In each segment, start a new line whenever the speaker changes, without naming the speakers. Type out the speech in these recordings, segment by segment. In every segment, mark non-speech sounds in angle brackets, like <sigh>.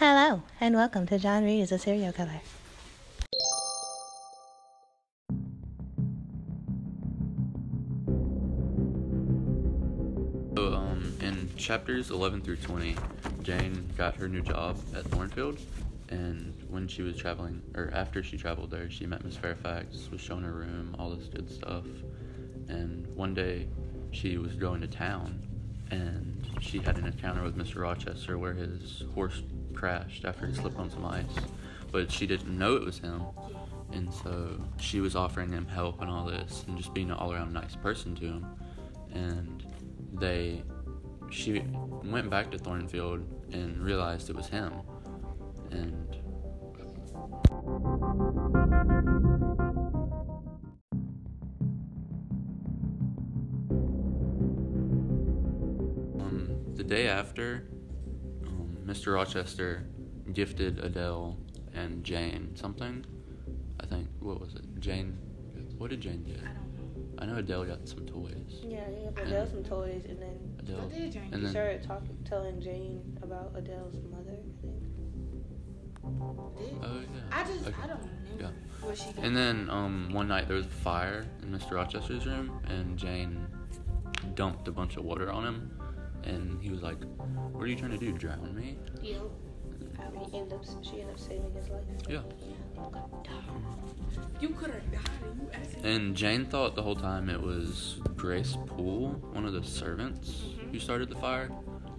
and welcome to John Reed is a Serial Killer.
So, um, in chapters 11 through 20, Jane got her new job at Thornfield, and when she was traveling, or after she traveled there, she met Miss Fairfax, was shown her room, all this good stuff. And one day, she was going to town, and she had an encounter with Mr. Rochester where his horse crashed after he slipped on some ice, but she didn't know it was him. And so she was offering him help and all this, and just being an all around nice person to him. And they, she went back to Thornfield and realized it was him. And Um, the day after, um, Mr. Rochester gifted Adele and Jane something. I think what was it? Jane. What did Jane get? I know Adele got some toys.
Yeah, he gave Adele some toys, and then
Adele.
did Jane
and
he
then,
started talking, telling Jane about Adele's mother. I think.
Oh yeah.
I just,
Okay.
I don't remember what she got.
And then um, one night there was a fire in Mr. Rochester's room, and Jane dumped a bunch of water on him, and he was like, "What are you trying to do? Drown me?"
yeah. I
And
was,
he ended up, she ended up saving his life.
Yeah.
you could have died. and You actually.
And Jane thought the whole time it was Grace Poole, one of the servants
Mm-hmm.
who started the fire,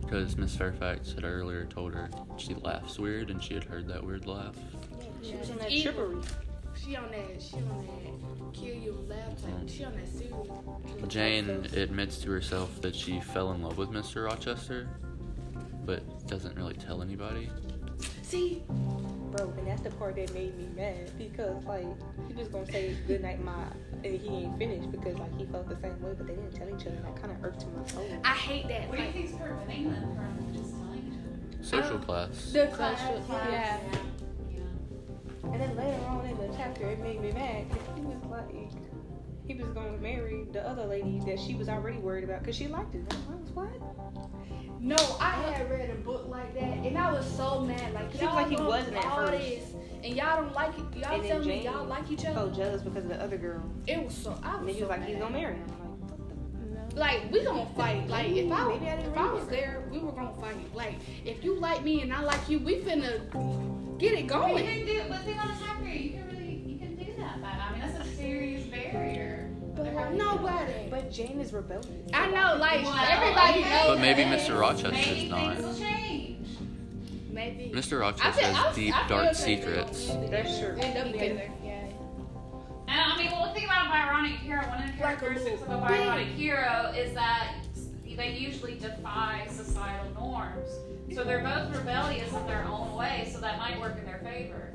because Miss Fairfax had earlier told her she laughs weird, and she had heard that weird laugh.
She was
Yeah.
in that
Evil.
trippery.
She on that. She on that. Kill you with lab type. She on that serial. killer.
Mm. Jane admits to herself that she fell in love with Mr. Rochester, but doesn't really tell anybody.
See,
Bro, and that's the part that made me mad because like he was gonna say good night, ma, and he ain't finished because like he felt the same way, but they didn't tell each other. and That kind of irked my soul.
I hate that.
What do you
Like,
think's preventing them from just telling each other?
Social
Oh.
class.
the
Class,
class.
class,
Yeah.
Yeah.
And then later on in the chapter, it made me mad because he was like, he was gonna marry the other lady that she was already worried about because she liked it. And I was what?
No, I had read a book like that, and I was so mad. Like
Seems
y'all
like he
going
wasn't
through
at
all
first.
this, and y'all don't like it. Y'all
And then
telling me
Jane
y'all like each other.
felt jealous because of the other girl.
It was so. I was
And then he
so
was like,
mad.
he's gonna marry her. And I'm like, what the
Like we gonna fight. Like if I
Maybe I didn't
if I
read
was
it.
there, we were gonna fight. Like if you like me and I like you, we finna get it
You
going.
can do, but think on a time period, you can really, you can do that. But I mean, that's a serious barrier. But
Nobody.
But Jane is rebellious.
I know. Like
Well,
everybody
okay.
knows.
But maybe
that.
Mr. Rochester's
Maybe
not.
things will change.
Maybe.
Mr.
I
Rochester
feel- I
has
was-
deep,
I feel
dark
like
secrets.
they gonna
That's true.
End up together. Yeah.
And I mean, well, think about a Byronic hero. One of the
Like a
characteristics of a
little
Byronic hero is that they usually defy societal norms. So they're both rebellious in their own way, so that might work in their favor.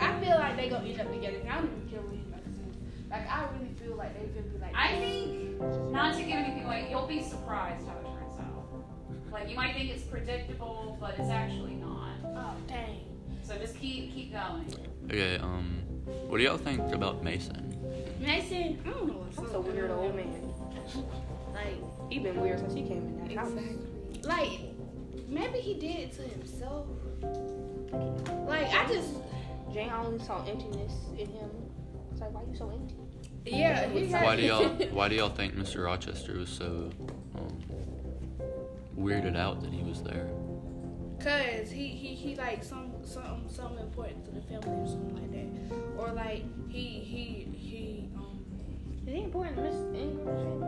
I feel like they gonna end up together. And I don't even care what anybody says. Like I really feel like they could be like.
I think, not to give anything away, you'll be surprised how it turns out. Like, you might think it's predictable, but it's actually not.
Oh dang.
So just keep keep going.
Okay, um, what do y'all think about Mason?
Mason, I don't know what's
He's
up.
a weird old man.
Like,
He been weird since he came in that house.
like maybe he did it to himself. Like I just,
Jane only saw emptiness in him. It's like, why you so empty?
yeah. He had-
Why do y'all Why do y'all think Mr. Rochester was so um, weirded out that he was there?
<laughs> Cause he he he like some some something important to the family or something like that, or like he he he um
Is he important, Miss Ingram?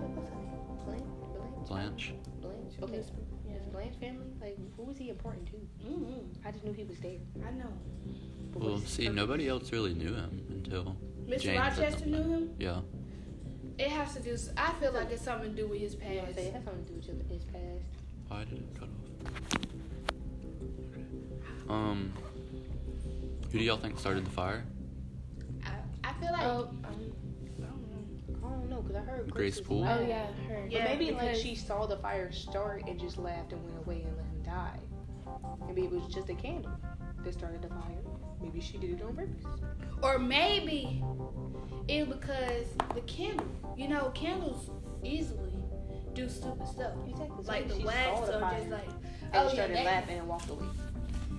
What's her name? Blanche?
Blanche.
Blanche? Blanche? Okay. Is Blanche family? Like, who was he important to?
mm
Mm-hmm. I just knew he was there.
I know.
But
Well,
what's-
see, nobody else really knew him until Jane
Mr.
said
Rochester knew
something.
him.
Yeah.
It has to do. s- I feel like it's something to do with his
You know what
past.
I'm saying? It has something to do with your- his past.
Why did it cut off? Okay. Um, who do y'all think started the fire?
I, I feel like
Oh, um,
I don't know.
I don't know, because I heard
Grace
was
Poole?
laughing.
oh yeah, her.
Yeah,
but maybe like
because-
she saw the fire start and just laughed and went away and let him die. Maybe it was just a candle that started the fire. Maybe she did it on purpose.
or maybe it because the candle. You know, candles easily do stupid stuff.
Exactly.
like the wax or just like Oh,
And he
yeah,
started
that-
laughing and walked away.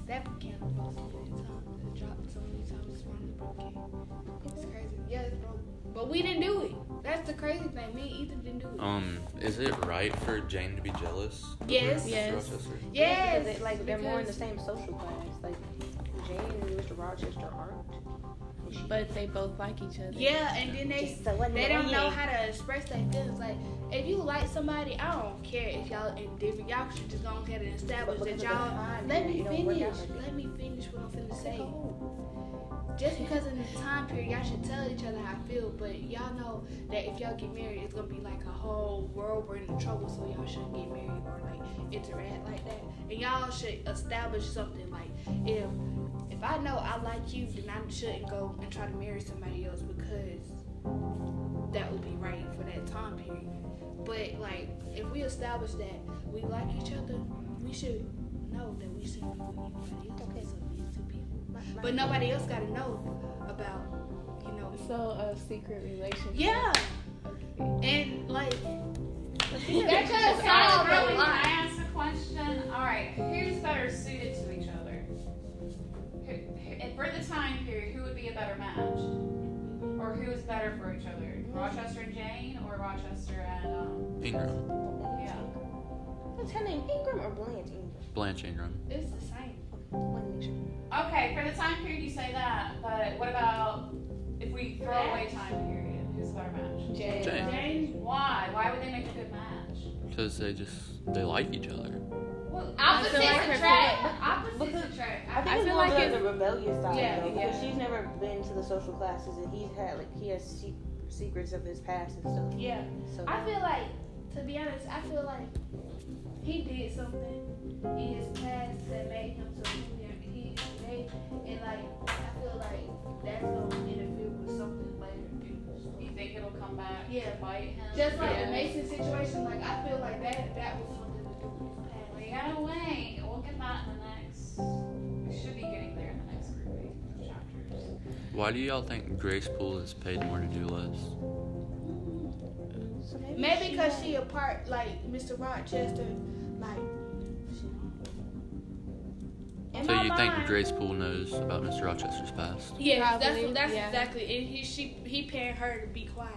That candle was on top. It dropped so many times this morning, broke it. It's crazy. Yeah, it's broke. But we didn't do it. That's the crazy thing. Me and Ethan didn't do it.
Oh.
Um, is it right for Jane to be jealous? of her
Yes.
sister
Yes.
Rochester?
yes.
because it, like they're more in the
because-
same social class. Like Jane and Mr. Rochester aren't. And she-
But they both like each other.
Yeah, and then they
She's the one
they
that
don't know
wins.
how to express their feelings. Like if you like somebody, I don't care if y'all indifferent. Y'all should just go ahead and establish
But
that
because of the
y'all.
time,
Let
you
me
know, it don't work
finish.
out like
Let me finish what I'm finna say.
Oh,
Just because in the time period, y'all should tell each other how I feel. But y'all know that if y'all get married, it's gonna be like a whole world we're in trouble. So y'all shouldn't get married or like interact like that. And y'all should establish something like if if I know I like you, then I shouldn't go and try to marry somebody else because that would be right for that time period. But like, if we establish that we like each other, we should know that we shouldn't be with anybody else.
Okay.
Okay. So these two people.
my- my-
But nobody else got to know about, you know.
So a secret relationship.
Yeah. And like,
That just
solve
sounds
a
really. Can
lot.
I ask a question? All right, who's better suited to each other? Who, who, and for the time period, who would be a better match, or who is better for each other? Rochester and Jane, or Rochester and um,
Ingram.
yeah?
What's her name? Ingram or Blanche Ingram?
Blanche Ingram.
it's the same.
Wanna make sure.
Okay, for the time period, you say that. But what about if we throw away time period? Who's a better match?
Jay.
Jane.
Jane. Why? Why would they make a good match?
Because they just they like each other.
Well,
I feel
opposites
like her
attract.
feeling-
Opposites attract.
I think
I
it's
feel
more
like
like
it's-
the rebellious side
Yeah,
though, because
yeah.
she's never been to the social classes and he's had like he has se- secrets of his past and stuff.
Yeah.
So
I feel like, to be honest, I feel like he did something in his past that made him so who he he is today, and like I feel like that's gonna interfere with something later. in the future.
You think it'll come back
Yeah.
to bite him?
Just like
Yeah.
the Mason situation, like I feel like that that was something to do with his past.
We gotta wait. We'll get that in the next. We should be getting there in the next group of chapters.
Why do y'all think Grace Poole is paid more to do less?
so
Maybe because she a part like Mr. Rochester, like. In
So
my
you think
mind-
Grace Poole knows about Mr. Rochester's past?
Yeah, that's
Probably,
that's
yeah.
exactly. And he she he paying her to be <laughs> quiet.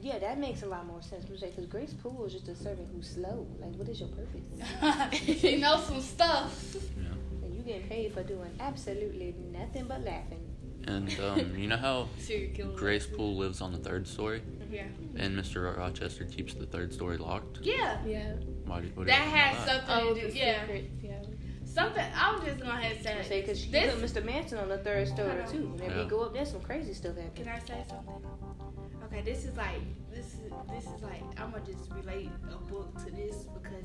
yeah, that makes a lot more sense. Because Grace Poole is just a servant who's slow. Like, what is your purpose?
she knows some stuff.
And you getting paid for doing absolutely nothing but laughing.
And
<laughs>
um, you know how
Serial killer.
Grace Poole lives on the third story,
Yeah.
and Mr. Ro- Rochester keeps the third story locked.
Yeah.
Yeah.
Why do, what do you
That
think
has
about
something
Oh,
to
the
do. Yeah.
secret. Yeah.
Something. I'm just gonna have to
I
say.
say because she
this.
put Mr. Manson on the third story
I know.
too. And if
Yeah.
we go up there, some crazy stuff
Can
happens.
I say something? Okay, this is like this is this is like I'm gonna just relate a book to this because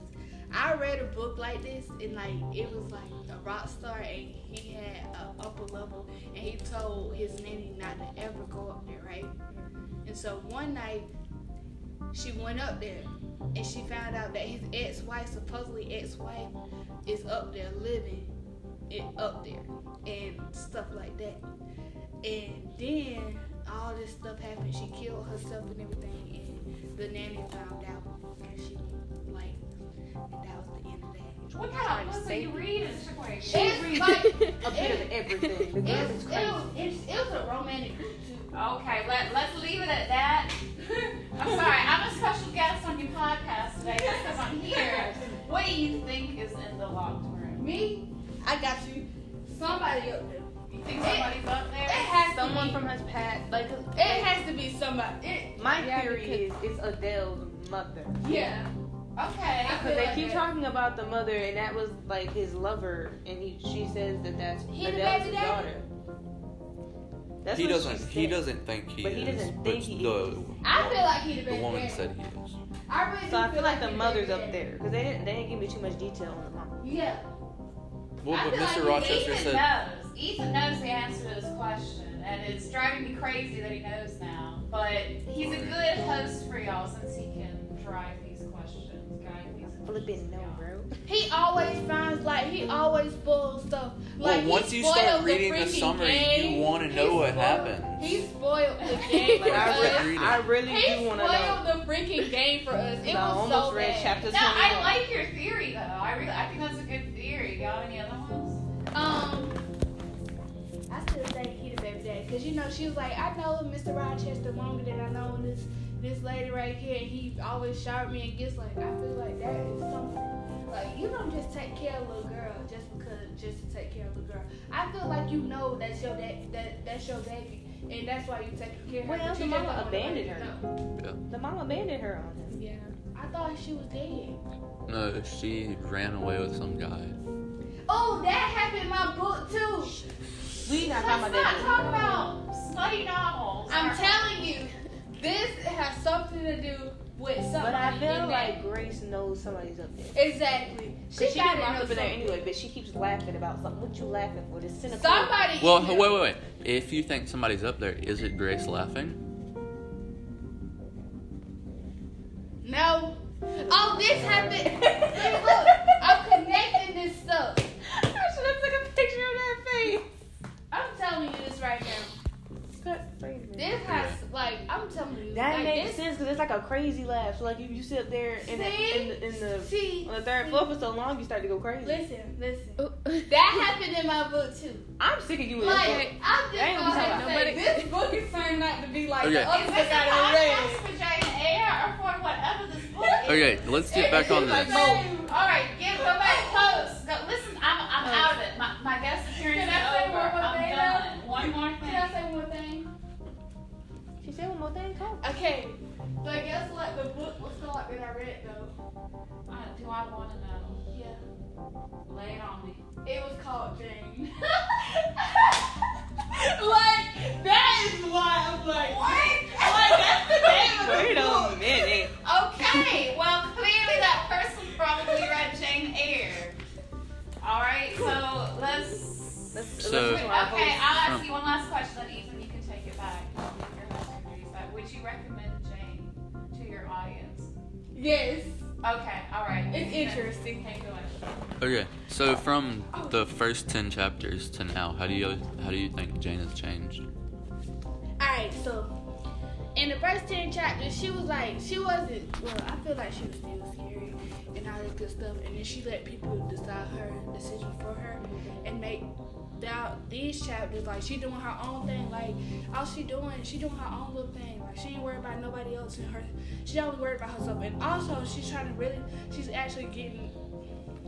I read a book like this and like it was like a rock star and he had an upper level and he told his nanny not to ever go up there, right? And so one night she went up there and she found out that his ex-wife, supposedly ex-wife, is up there living it up there and stuff like that. And then all this stuff happened. She killed herself and everything. And the nanny found out, and she like, and that was the end of that.
What
Trying to
kind of books are
save
you
me.
reading, Shaquay?
It's like it,
A
<laughs>
bit of everything. The girl
it's,
is
it,
crazy.
was, it's, it was a romantic book too.
Okay, let, let's leave it at that. <laughs> I'm sorry, I'm a special guest on your podcast today just because I'm here. What do you think is in the locked room?
Me, I got you. Somebody up there.
You think somebody's up
It
there?
has
Someone
to
from his past, like
be. It has to be somebody. It,
my
Yeah,
theory is it's Adele's mother.
yeah. I
Okay.
Because
feel
they
like
keep
that.
talking about the mother, and that was like his lover, and he she says that that's
He the
Adele's
baby daddy?
daughter. That's what she said.
doesn't think he
But he doesn't think he is.
I feel like he the
the
best
woman
parent.
said he is.
I really do
So I feel like the
he
mother's
best
up
parent.
there because they didn't they didn't give me too much detail on the mom.
Yeah.
Well,
I
but
feel
Mr.
like
Rochester
Ethan
said
knows. Ethan knows the answer to this question, and it's driving me crazy that he knows now. But he's a good host for y'all since he can drive these these questions, guide these questions.
Flipping no,
y'all.
bro.
He always finds like he always spoils stuff.
Well,
Like he
once you
spoiled
start reading the
freaking
summary,
game.
you want to know
He
what
spoiled-
happens.
He spoiled the game.
Like,
for
I,
Right.
us.
really, I really
He
do
spoiled
want to know.
the freaking game for us. It
I
was
almost
so
read
bad.
chapter
No, I
21.
like your theory though. I really, I think that's a good theory. Y'all, any other ones?
Um, I still think he the baby daddy because you know she was like, I know Mr. Rochester longer than I know this this lady right here. and He always shot me and gets like, I feel like that is something. Like you don't just take care of a little girl just because just to take care of a little girl. I feel like you know that's your da- that that's your baby and that's why you taking care of
Well,
her. but
the
you just don't
mama
wanna let
abandoned
her.
her.
know.
The mom abandoned her on him.
Yeah, I thought she was dead.
No, she ran away with some guy.
Oh, that happened in my book too.
We not talking about
Let's not
that.
talk about slutty novels.
I'm
Or-
telling you, this has something to do with something.
But I feel like Grace knows somebody's up there.
exactly. She,
Cause she
got
got
it
locked
up
up in there anyway, but she keeps laughing about something. What you laughing for? This cynical.
Somebody.
Well,
emailed-
wait, wait, wait. If you think somebody's up there, is it Grace laughing?
No. Oh, this
<laughs>
happened. See, look, I'm connecting this stuff.
I should have took a picture of that face.
I'm telling you this right now. This has like I'm telling you.
That
like,
makes
this,
sense because it's like a crazy laugh. So like if you sit up there in the, in the, in the
See,
on the third floor Oh. for so long, you start to go crazy.
listen, listen.
that
That happened in my book too.
I'm sick of you. in the
Like I'm just
Ain't gonna be
gonna
talking
say,
about
this book is turning out to be like
Okay.
the other
Is
book
this a
I done read.
podcast for Jay and Air or for whatever this
<laughs>
book is?
Okay, let's get back on this.
All right, give go back close. Oh. Go, listen, I'm, I'm out of it. My, my guest
Can
appearance is
I say
over.
one more
I'm
thing,
done. One more
Can I
thing.
say one thing?
phone. She said one more thing. Come.
Okay, but guess what? The book was not that I read though.
Uh, do I want to know?
Yeah,
Lay it on me.
it was called Jane. <laughs> like that is why I'm like what? Like that's the name of the
Wait
book.
a minute.
Okay, well, clearly that person probably read Jane Eyre. All right, so let's.
Let's, let's
So-
do
Wait, okay,
our
I'll
votes.
ask you one last question, then Ethan, you can take it back. I'll leave your husband duties back. Would you recommend Jane to your audience?
Yes,
Okay, all right.
it's interesting.
Take it away.
Okay, so from the first ten chapters to now, how do you how do you think Jane has changed?
Alright, so in the first 10 chapters, she was like, she wasn't, well, I feel like she was still scary and all that good stuff. And then she let people decide her decision for her and make out these chapters. Like, she doing her own thing. Like, all she doing, she doing her own little thing. Like, she ain't worried about nobody else and her, she only worried about herself. And also, she's trying to really, she's actually getting,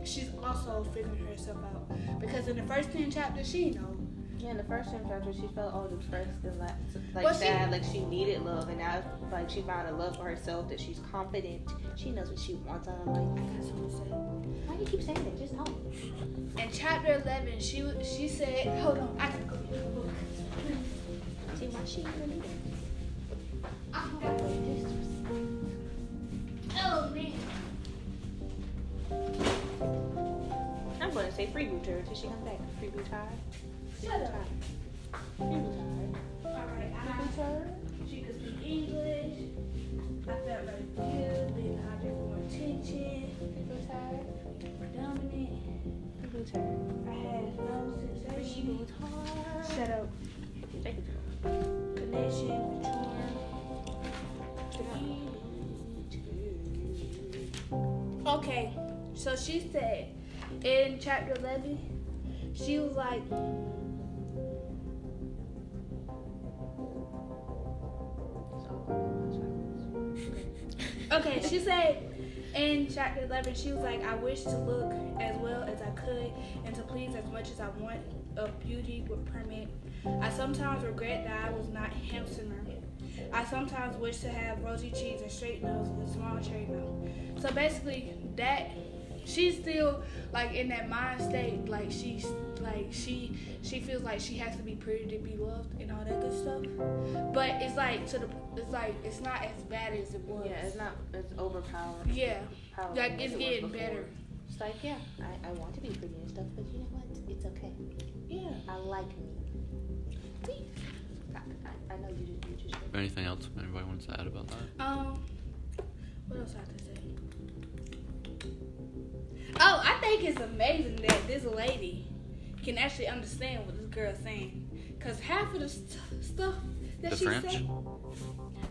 she's also figuring herself out. Because in the first 10 chapters, she know.
Yeah, in the first time chapter, she felt all depressed and like, like
Well, she-
sad, like she needed love, and now like she found a love for herself that she's confident. She knows what she wants out of life.
I got something to say.
Why do you keep saying that? Just tell me.
In chapter 11, she w- she said, hold on, I gotta go get the book.
See why she even needed.
I forgot what this was. Oh, man.
I'm gonna say freebooter until she comes back. Freebooter.
Shut up.
Freebooter.
Alright, I She could speak English. I felt like good, being out there for more attention. People tired. Predominant.
Freebooter.
I had no sensation. Shut up.
Thank you.
Connection between. Okay, so she said in chapter 11, she was like, okay, she said in chapter 11, she was like, I wish to look as well as I could and to please as much as I want of beauty would permit. I sometimes regret that I was not handsomer. I sometimes wish to have rosy cheeks and straight nose and a small cherry mouth. So basically, that she's still like in that mind state, like she's like she she feels like she has to be pretty to be loved and all that good stuff. But it's like to the it's like it's not as bad as it was.
Yeah, it's not. It's overpowered.
Yeah,
Power
like it's getting better.
It's like yeah, I, I want to be pretty and stuff, but you know what? It's okay.
Yeah.
I like me. I, I, I know you just you just.
Or anything else anybody wants to add about that?
Um, what else I have to say? Oh, I think it's amazing that this lady can actually understand what this girl's saying. Cause half of the st- stuff that
The
she
French?
said,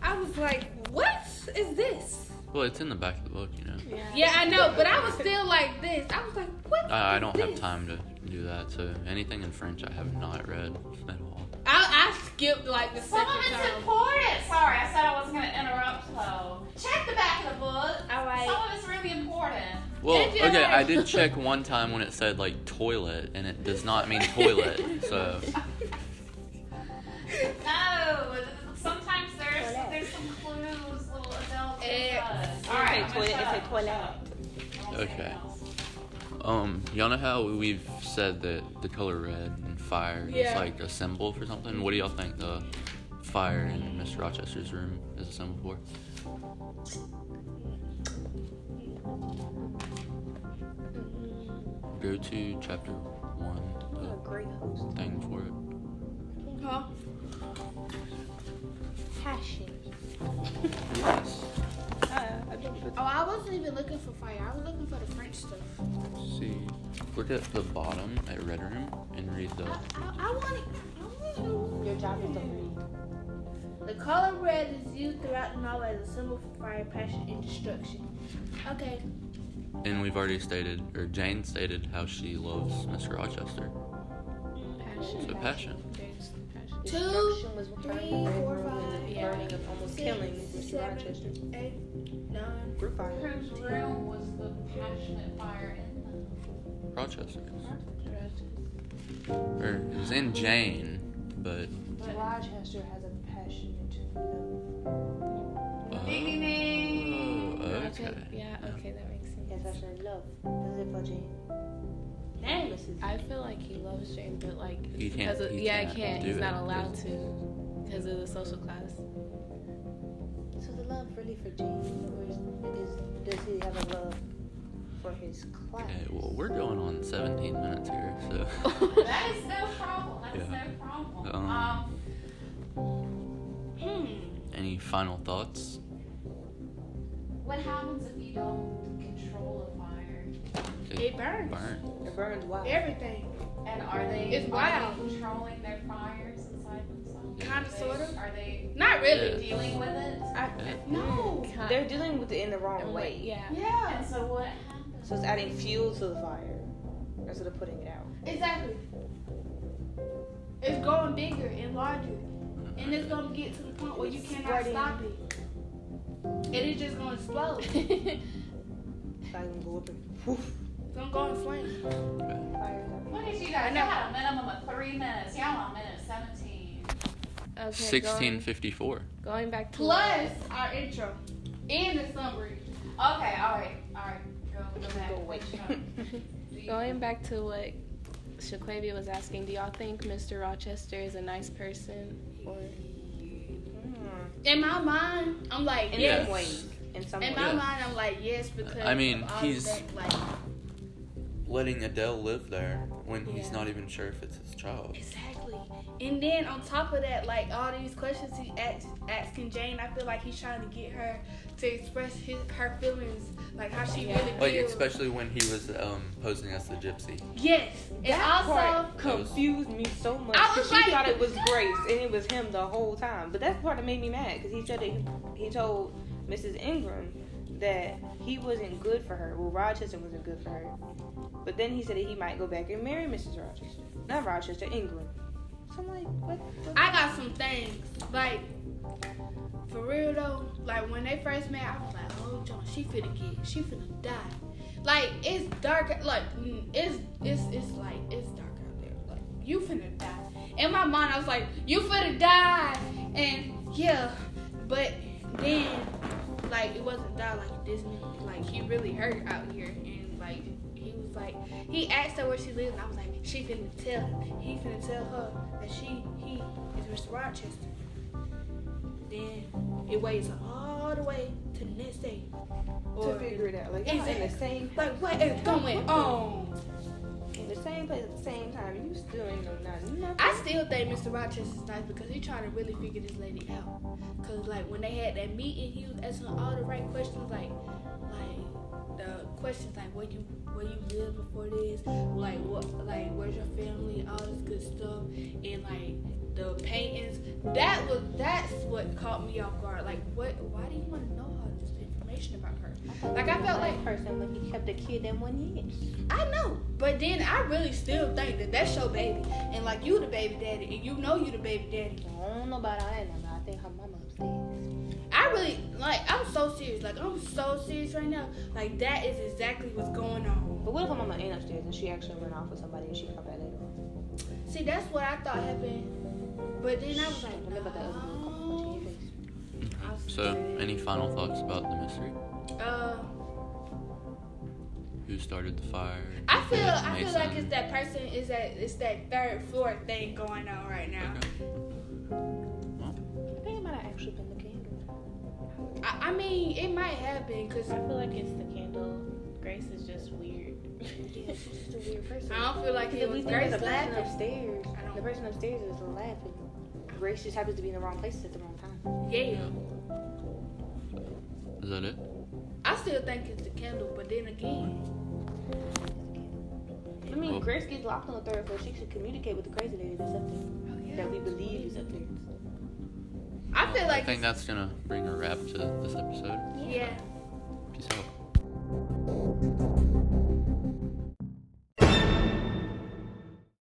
I was like, "What is this?"
Well, it's in the back of the book, you know.
Yeah, I know, but I was still like this. I was like, "What?"
Uh, I, I
is
don't have
this?"
time to do that, so anything in French I have not read at all.
I, I skipped like the
Some of
second
it's
time.
important. Sorry, I said I wasn't gonna interrupt though. Check the back of the book.
All right.
Some of it's really important.
Well,
Did you?
okay, I did check one time when it said like toilet, and it does not mean toilet.
<laughs>
So
No, th- th- sometimes there's
Toilet.
there's some clues, little adult.
Eh,
All
Say
right, I'm gonna
toilet,
shut
say
up,
toilet.
shut up. I won't say anything
Okay.
else.
Um, y'all know how we've said that the color red and fire is
Yeah.
like a symbol for something? What do y'all think the fire in Miss Rochester's room is a symbol for? Go to chapter
I'm a
one,
great host.
the thing for it.
Huh?
Passion.
Yes.
Uh, I don't
Oh, I wasn't even looking for fire. I was looking for the French stuff.
See. Look at the bottom at Red Room and read
I,
the.
I, I want it. I want
Your job is to read.
it. The color red is used throughout the novel as a symbol for fire, passion, and destruction. Okay.
And we've already stated, or Jane stated, how she loves Miss Rochester.
Passion.
So passion.
Two,
Destruction was
three,
referring to Red
four,
Room and
five,
the burning of almost
six,
killing Mr.
seven.
Rochester.
Eight, nine.
Group fire.
Whose room was the passionate fire in?
Rochester. Or it was in Jane, but.
Rochester has a passionate.
Oh,
Ding,
<laughs>
ding, ding.
okay.
Yeah. Okay, that makes
Yes,
sense.
passion and love. This is it for Jane.
Dang.
This is
I feel like he loves Jane, but like,
He can't-
as a-
he
yeah,
can't
he can't.
do
He's
it
not allowed to because of the social class.
<laughs>
So the love really for Jane, or is, is, does he have a love for his class?
Okay, well, we're going on 17 minutes here, so.
That is no problem. That is
Yeah.
no problem.
Um,
Um,
Hmm,
Any final thoughts?
what happens if you don't control a fire?
It burns.
Burn.
It burns wild.
Everything.
And are they
It's
are
wild.
they controlling their fires inside themselves?
Kind of,
They-
sort of.
Are they
Not really.
dealing with it?
I, I, no.
Kind-
They're dealing with it in the wrong
I'm like,
way.
yeah.
Yeah.
And so what happens?
So it's adding fuel to the fire instead of putting it out.
Exactly. It's growing bigger and larger. And it's gonna get to the point where you cannot
Spreading.
stop it. And it's just gonna
<laughs>
explode.
It's not even go up and poof.
It's gonna go in flames.
Fire.
What did you guys?
I
I
know.
had a minimum of three minutes. Y'all on minute 17.
Okay,
1654.
Going, going back to
Plus our intro. And the summary.
Okay, all right, all right. Go, go back.
Go away.
Do you-
Going back to what Shaquavia was asking, do y'all think Mr. Rochester is a nice person? Or
Mm,
In my mind, I'm like,
In
yes.
some ways. In some
In
ways.
my
Yes.
mind, I'm like, yes, because
I mean,
of all
he's-
that, like,
Letting Adele live there when he's
Yeah.
not even sure if it's his child.
Exactly. And then on top of that, like all these questions he asks, asking Jane, I feel like he's trying to get her to express his her feelings, like how she
Yeah.
really
Like,
feels.
especially when he was um, posing as the gypsy.
yes. And
That
also,
part confused me so much.
I
'cause
was
she
like-
thought it was Grace, and it was him the whole time. But that's the part that made me mad because he said that he, he told Mrs. Ingram that he wasn't good for her. Well, Rochester wasn't good for her. But then he said that he might go back and marry Mrs. Rochester, not Rochester Ingram. So I'm like, what? what?
I got some things. Like, for real though, like when they first met, I was like, oh, John, she finna get, she finna die. Like, it's dark, like, mm, it's, it's, it's like, it's dark out there. Like, you finna die. In my mind, I was like, you finna die. And yeah, but then, like, it wasn't die like this. nigga, Like, he really hurt out here. And, like, he was like, he asked her where she lives, and I was like, she finna tell him. He finna tell her that she, he is Mr. Rochester. Then it weighs all the way to the next day.
to figure it out, like y'all in the
Exactly.
same
Like, what is going on?
in the same place at the same time, and you still ain't know nothing. nothing.
I still think Mr. Rochester's nice because he trying to really figure this lady out. Cause like when they had that meeting, he was asking all the right questions, like, like the questions like where you where you lived before this, like what like where's your family, all this good stuff, and like the paintings. That was that's what caught me off guard. Like what? Why do you want to know all this information about her? Like I felt like
Black person when he kept a kid in one year.
I know, but then I really still think that that's your baby, and like you the baby daddy, and you know you the baby daddy.
I don't know about I know, but I think her mama upstairs.
I really like. I'm so serious. Like I'm so serious right now. Like that is exactly what's going on.
But what if her mama ain't upstairs and she actually went off with somebody and she come back later? on?
See, that's what I thought happened. But then I was like,
Remember the other one coming up to
no.
your face.
I was
So,
scared.
any final thoughts about the mystery?
Uh,
Who started the fire?
I
Who
feel
finished
I feel like
Mason?
it's that person is that it's that third floor thing going on right now.
Okay.
I think it might have actually been the candle.
I, I mean, it might have been because
I feel like it's the candle. Grace is just weird.
Yeah, she's just a weird person.
I don't feel like
Because
it
if we
was
think of
Grace
the person
laughing.
upstairs,
I don't-
the person upstairs is laughing. Grace just happens to be in the wrong place at the wrong time.
Yeah,
Is that it?
I still think it's the candle, but then again,
I mean,
Well-
Grace gets locked on the third floor. She should communicate with the crazy lady that's up there, that we believe is up there.
I feel
Well,
like
I think that's gonna bring a wrap to this episode.
yeah.